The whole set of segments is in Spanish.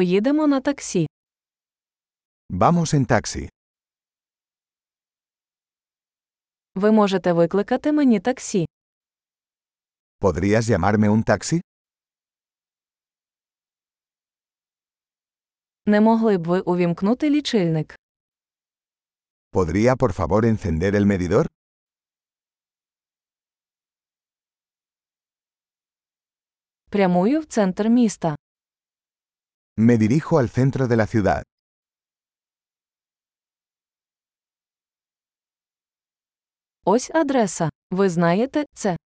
Поїдемо на таксі. Vamos en taxi. Ви можете викликати мені таксі. ¿Podrías llamarme un taxi? Не могли б ви увімкнути лічильник? ¿Podría por favor encender el medidor? Прямую в центр міста. Me dirijo al centro de la ciudad. Ось адреса. Ви знаєте це.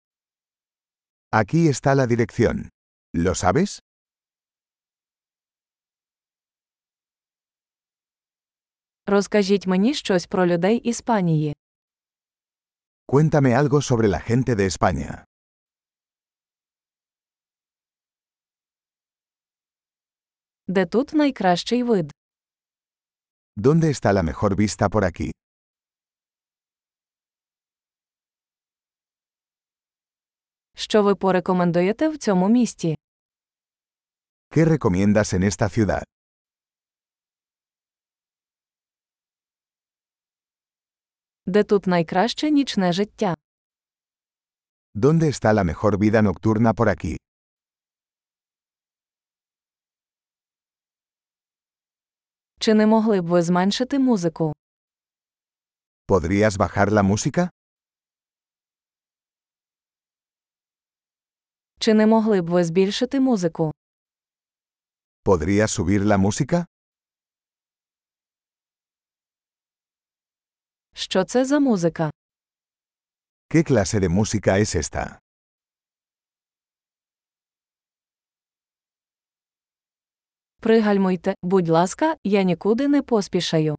Aquí está la dirección. ¿Lo sabes? Розкажіть мені щось про людей Іспанії. Cuéntame algo sobre la gente de España. Де тут найкращий вид? ¿Dónde está la mejor vista por aquí? Що ви порекомендуєте в цьому місті? ¿Qué recomiendas en esta ciudad? Де тут найкраще нічне життя? ¿Dónde está la mejor vida nocturna por aquí? Чи не могли б ви зменшити музику? ¿Podrías bajar la música? Чи не могли б ви збільшити музику? ¿Podrías subir la música? Що це за музика? ¿Qué clase de música es esta? Пригальмуйте, будь ласка, я нікуди не поспішаю.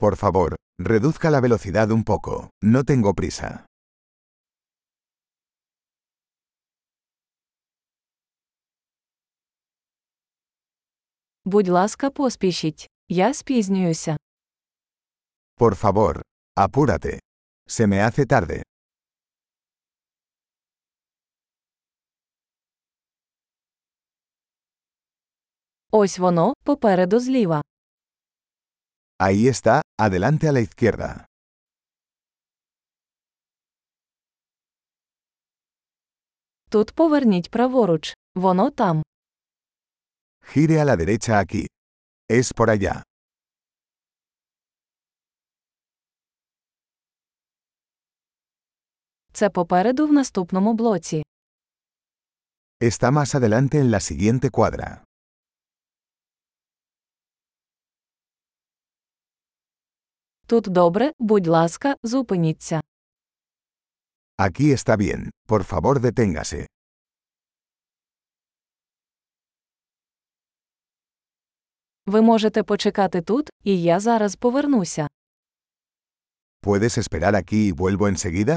Por favor, reduzca la velocidad un poco. No tengo prisa. Будь ласка, поспішіть. Я спізнююся. Por favor, apúrate. Se me hace tarde. Ось воно, попереду зліва. Ahí está, adelante a la izquierda. Тут поверніть праворуч. Воно там. Gire a la derecha aquí. Es por allá. Це попереду в наступному блоці. Está más adelante en la siguiente cuadra. Тут добре, будь ласка, зупиніться. Aquí está bien, por favor deténgase. Ви можете почекати тут, і я зараз повернуся. ¿Puedes esperar aquí y vuelvo enseguida?